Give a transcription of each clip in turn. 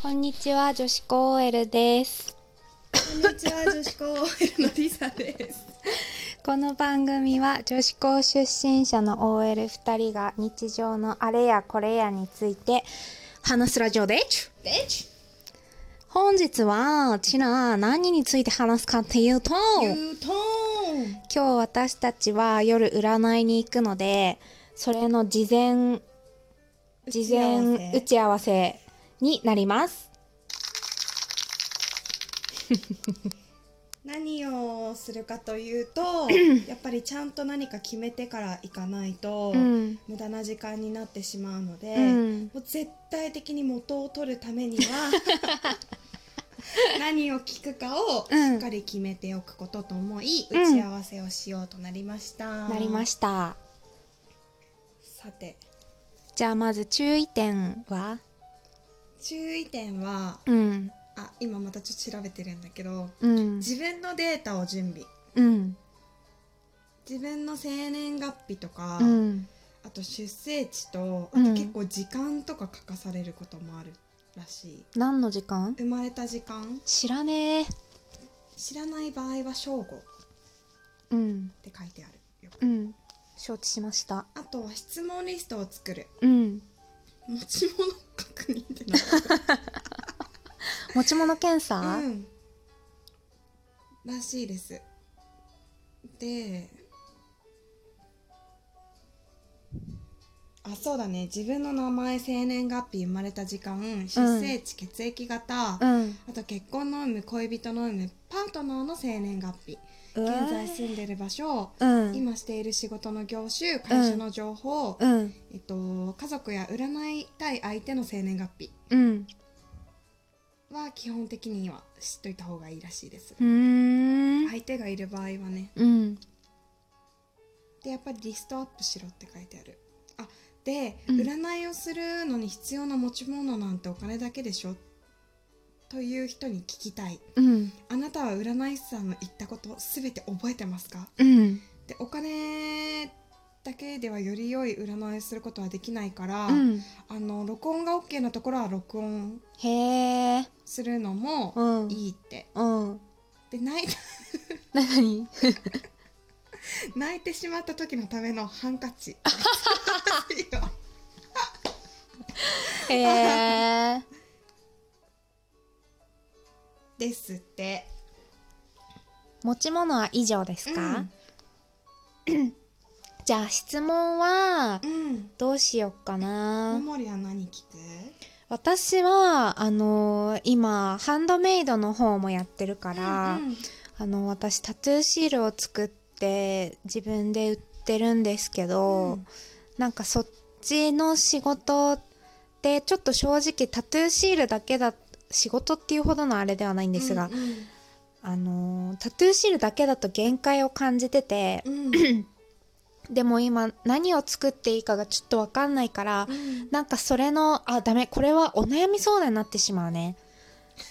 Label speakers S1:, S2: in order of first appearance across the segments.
S1: こんにちは、女子高 OL です。
S2: こんにちは、女子高 OL のリサです。
S1: この番組は女子高出身者の OL2 人が日常のあれやこれやについて話すラジオでちゅ
S2: ベチ
S1: 本日は、ちな、何について話すかっていうと、
S2: ユートーン
S1: 今日私たちは夜占いに行くので、それの事前、事前打
S2: 打ち
S1: ち合わせになります。
S2: 何をするかというと、やっぱりちゃんと何か決めてから行かないと、
S1: うん。
S2: 無駄な時間になってしまうので、
S1: うん
S2: もう絶対的に元を取るために は何を聞くかをしっかり決めておくことと思い、
S1: うん
S2: 打ち合わせをしようとなりました。
S1: なりました。
S2: さて
S1: じゃあまず注意点は
S2: 注意点は
S1: うん。
S2: あ今またちょっと調べてるんだけど
S1: うん。
S2: 自分のデータを準備
S1: うん。
S2: 自分の生年月日とか、
S1: うん。
S2: あと出生地とあ
S1: う
S2: と
S1: ん
S2: 結構時間とか書かされることもあるらしい、
S1: 何の時間
S2: 生まれた時間
S1: 知らねえ。
S2: 知らない場合は正午っ
S1: うん。
S2: て書いてあるよ
S1: うん。承知しました。
S2: あとは質問リストを作る
S1: うん。
S2: 持ち物確認ってな
S1: 持ち物検査
S2: る、うん、らしいですであそうだね自分の名前生年月日生まれた時間出生地、血液型、
S1: うん。
S2: あと結婚の有無恋人の有無パートナーの生年月日
S1: うわ
S2: 現在住んでる場所、
S1: うん。
S2: 今している仕事の業種会社の情報、
S1: うん。
S2: えっと、家族や占いたい相手の生年月日
S1: うん。
S2: は基本的には知っといた方がいいらしいです、
S1: うーん。
S2: 相手がいる場合はね
S1: うん。
S2: でやっぱりリストアップしろって書いてあるあで、
S1: うん
S2: 占いをするのに必要な持ち物なんてお金だけでしょという人に聞きたい
S1: うん。
S2: あなたは占い師さんの言ったことすべて覚えてますか
S1: うん。
S2: でお金だけではより良い占いをすることはできないから、
S1: うん。
S2: あの録音が OK なところは録音
S1: へえ。
S2: するのも
S1: うん。
S2: いいって、
S1: うん。
S2: で泣い
S1: なに
S2: 泣いてしまった時のためのハンカ チ
S1: へえ。
S2: ですって
S1: 持ち物は以上ですか、じゃあ質問は
S2: うん、
S1: どうしよっか
S2: う
S1: な。
S2: ん、モリは何聞く
S1: 私はあのー今ハンドメイドの方もやってるから、
S2: うんうん
S1: あの私タトゥーシールを作って自分で売ってるんですけど、
S2: うん
S1: なんかそっちの仕事ってちょっと正直タトゥーシールだけだ仕事っていうほどのあれではないんですが、
S2: うんうん
S1: あのータトゥーシールだけだと限界を感じてて、
S2: うん
S1: でも今何を作っていいかがちょっとわかんないから、
S2: うん
S1: なんかそれの、あ、ダメ、これはお悩み相談になってしまうね。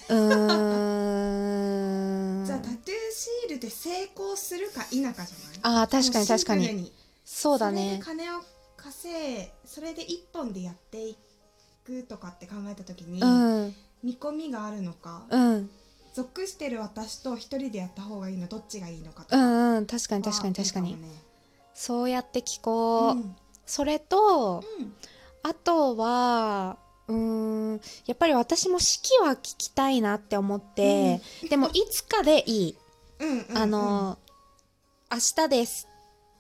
S1: うーん。
S2: じゃあタトゥーシールで成功するか否かじゃない
S1: あー、確かに
S2: も
S1: 確か
S2: うシンプル
S1: に。そうだね。
S2: それで金を稼いそれで一本でやっていくとかって考えた時に、
S1: うん、
S2: 見込みがあるのか、
S1: うん、
S2: 属してる私と一人でやった方がいいのどっちがいいのかと
S1: う
S2: か、
S1: ん、うん、確かに確かに確か
S2: いい
S1: に。
S2: もね
S1: そうやって聞
S2: う
S1: こう。
S2: ん
S1: それと、
S2: うん
S1: あとは、うーん、やっぱり私も式は聞きたいなって思って、でもいつかでいい。
S2: うんうんうん
S1: あの、明日ですっ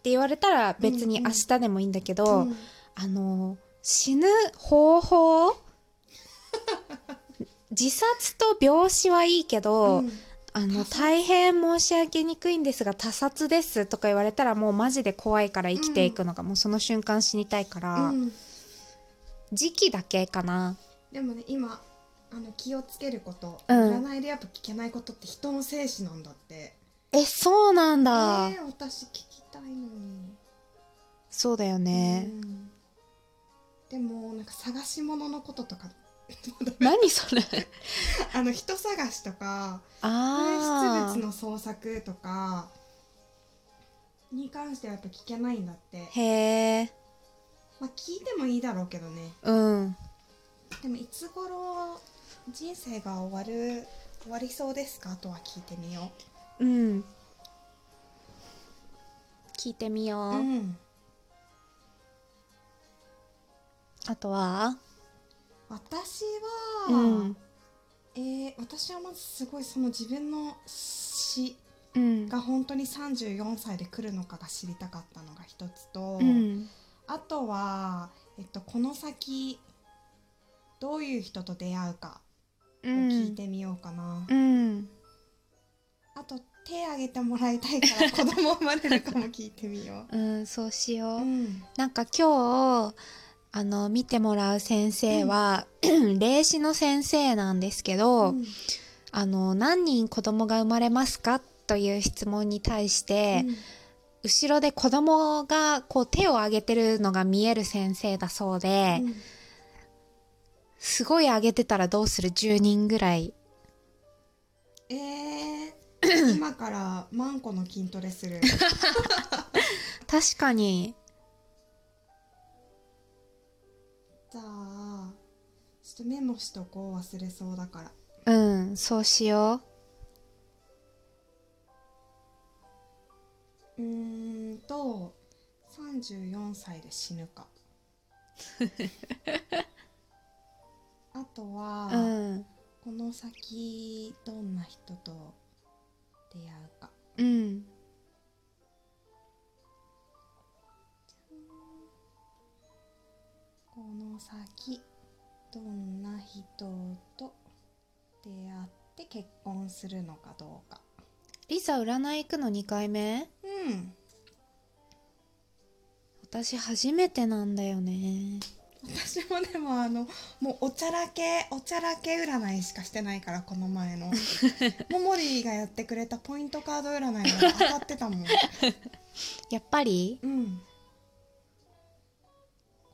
S1: て言われたら別に明日でもいいんだけど、
S2: うん
S1: あの死ぬ方法 自殺と病死はいいけど、
S2: うん
S1: あの
S2: 他殺
S1: 大変申し上げにくいんですが他殺ですとか言われたらもうマジで怖いから生きていくのが、もうその瞬間死にたいから、
S2: うん
S1: 時期だけかな
S2: でもね今あの気をつけること、
S1: うん
S2: 占いでやっぱ聞けないことって人の生死なんだって
S1: えそうなん
S2: え
S1: だ、
S2: ー、私聞きたいのに
S1: そうだよね
S2: う、んでもなんか探し物のこととか
S1: 何そ れ
S2: あの人探しとか
S1: あ
S2: 紛失
S1: ー
S2: 物の捜索とかに関してはやっぱ聞けないんだって
S1: へえ
S2: まあ聞いてもいいだろうけどね
S1: うん
S2: でもいつ頃人生が終わる終わりそうですかとは聞いてみよ
S1: うん聞いてみよ
S2: う
S1: う、
S2: うん
S1: あとは
S2: 私
S1: う
S2: は、
S1: ん
S2: えー私はまずすごいその自分の死
S1: うん
S2: が本当に34歳で来るのかが知りたかったのが一つと、
S1: うん
S2: あとは、えっと、この先どういう人と出会うか
S1: う
S2: を聞い
S1: ん
S2: てみようかな、
S1: うん
S2: あと手挙げてもらいたいから子供生まれるかも聞いてみよ
S1: うんそうしよ
S2: う、
S1: う、
S2: うん、
S1: なんか今日あの見てもらう先生は、霊視の先生なんですけど、
S2: うん
S1: あの何人子供が生まれますかという質問に対して、
S2: うん
S1: 後ろで子供がこう手を挙げてるのが見える先生だそうで、
S2: うん
S1: すごい上げてたらどうする10人ぐらい
S2: え ー、今から万個の筋トレする
S1: 確かに
S2: じゃあちょっとメモしとこう忘れそうだから
S1: うんそうしよ
S2: うーんと34歳で死 ぬかあとは、
S1: ううん
S2: この先どんな人と出会うか
S1: うん
S2: この先どんな人と出会って結婚するのかどうか
S1: リサ占い行くの2回目
S2: うん
S1: 私初めてなんだよね
S2: 私もでもあのもうおちゃらけおちゃらけ占いしかしてないからこの 前のももりがやってくれたポイントカード占いが当たってたもん
S1: やっぱり
S2: うん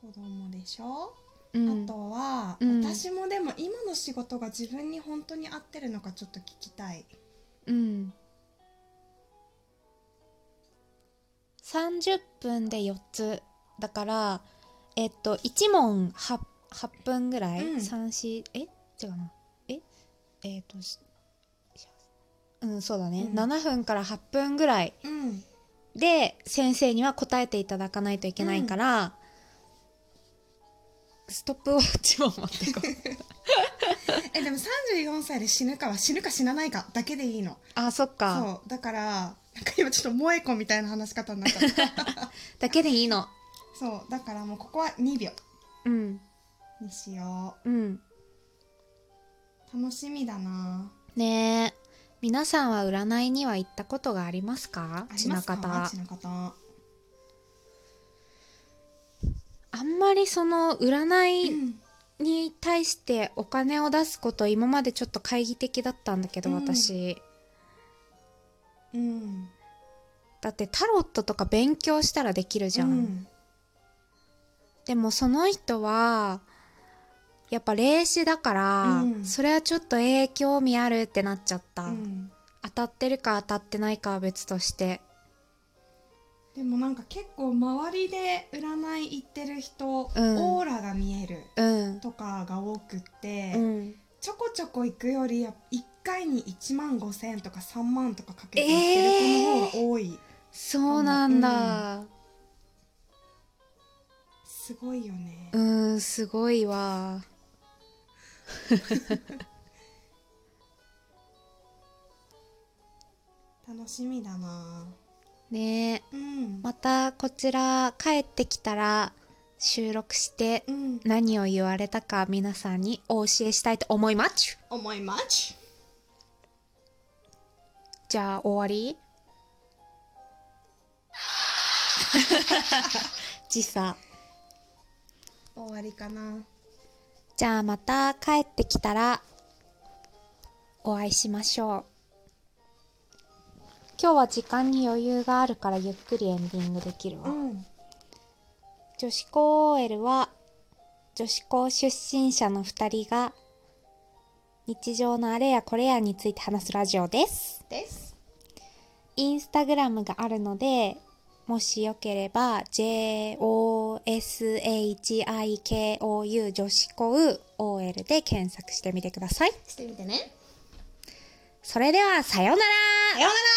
S2: 子供でしょ、
S1: うん
S2: あとは、
S1: うん
S2: 私もでも今の仕事が自分に本当に合ってるのかちょっと聞きたい
S1: うん30分で4つだからえっと1問 8, 8分ぐらい、
S2: うん
S1: 三四え違うなええっとししうんそうだね、
S2: うん
S1: 7分から8分ぐらい
S2: うん
S1: で先生には答えていただかないといけないから、ストップウォッチを持ってこう
S2: えでも34歳で死ぬかは死ぬか死なないかだけでいいの
S1: あそっか
S2: そうだからなんか今ちょっと萌え子みたいな話し方になっちゃった
S1: だけでいいの
S2: そうだからもうここは2秒
S1: うん
S2: にしよ
S1: うん
S2: う楽しみだな
S1: ねえ皆さんは占いには行ったことがありますか
S2: あり
S1: ち
S2: ま
S1: な
S2: すか
S1: かた
S2: ちなかた
S1: あんまりその
S2: う
S1: 占い
S2: ん
S1: に対してお金を出すこと今までちょっと懐疑的だったんだけど
S2: うん
S1: 私、
S2: うん
S1: だってタロットとか勉強したらできるじゃん、
S2: うん
S1: でもその人はやっぱ霊視だから、
S2: うん
S1: それはちょっと影響味あるってなっちゃった、
S2: うん
S1: 当たってるか当たってないかは別として
S2: でもなんか結構周りで占い行ってる人、
S1: うん
S2: オーラが見える
S1: うん
S2: とかが多くって、
S1: うん
S2: ちょこちょこ行くよりや1回に1万5千とか3万とかかけて行ってる子の方が多い、
S1: そうなんだ、
S2: すごいよね、
S1: うーんすごいわ
S2: 楽しみだな
S1: ねえ
S2: うん、
S1: またこちら帰ってきたら収録して
S2: うん、
S1: 何を言われたか皆さんにお教えしたいと思います
S2: 思います
S1: じゃあ終わ り時差
S2: 終わりかな
S1: じゃあまた帰ってきたらお会いしましょう今日は時間に余裕があるからゆっくりエンディングできるわ、
S2: ん
S1: 女子高 OL は女子高出身者の2人が日常のあれやこれやについて話すラジオです
S2: です
S1: インスタグラムがあるのでもしよければ JOS JOSHIKOU 女子校 OL で検索してみてください。
S2: してみてね
S1: それではさようなら
S2: さようなら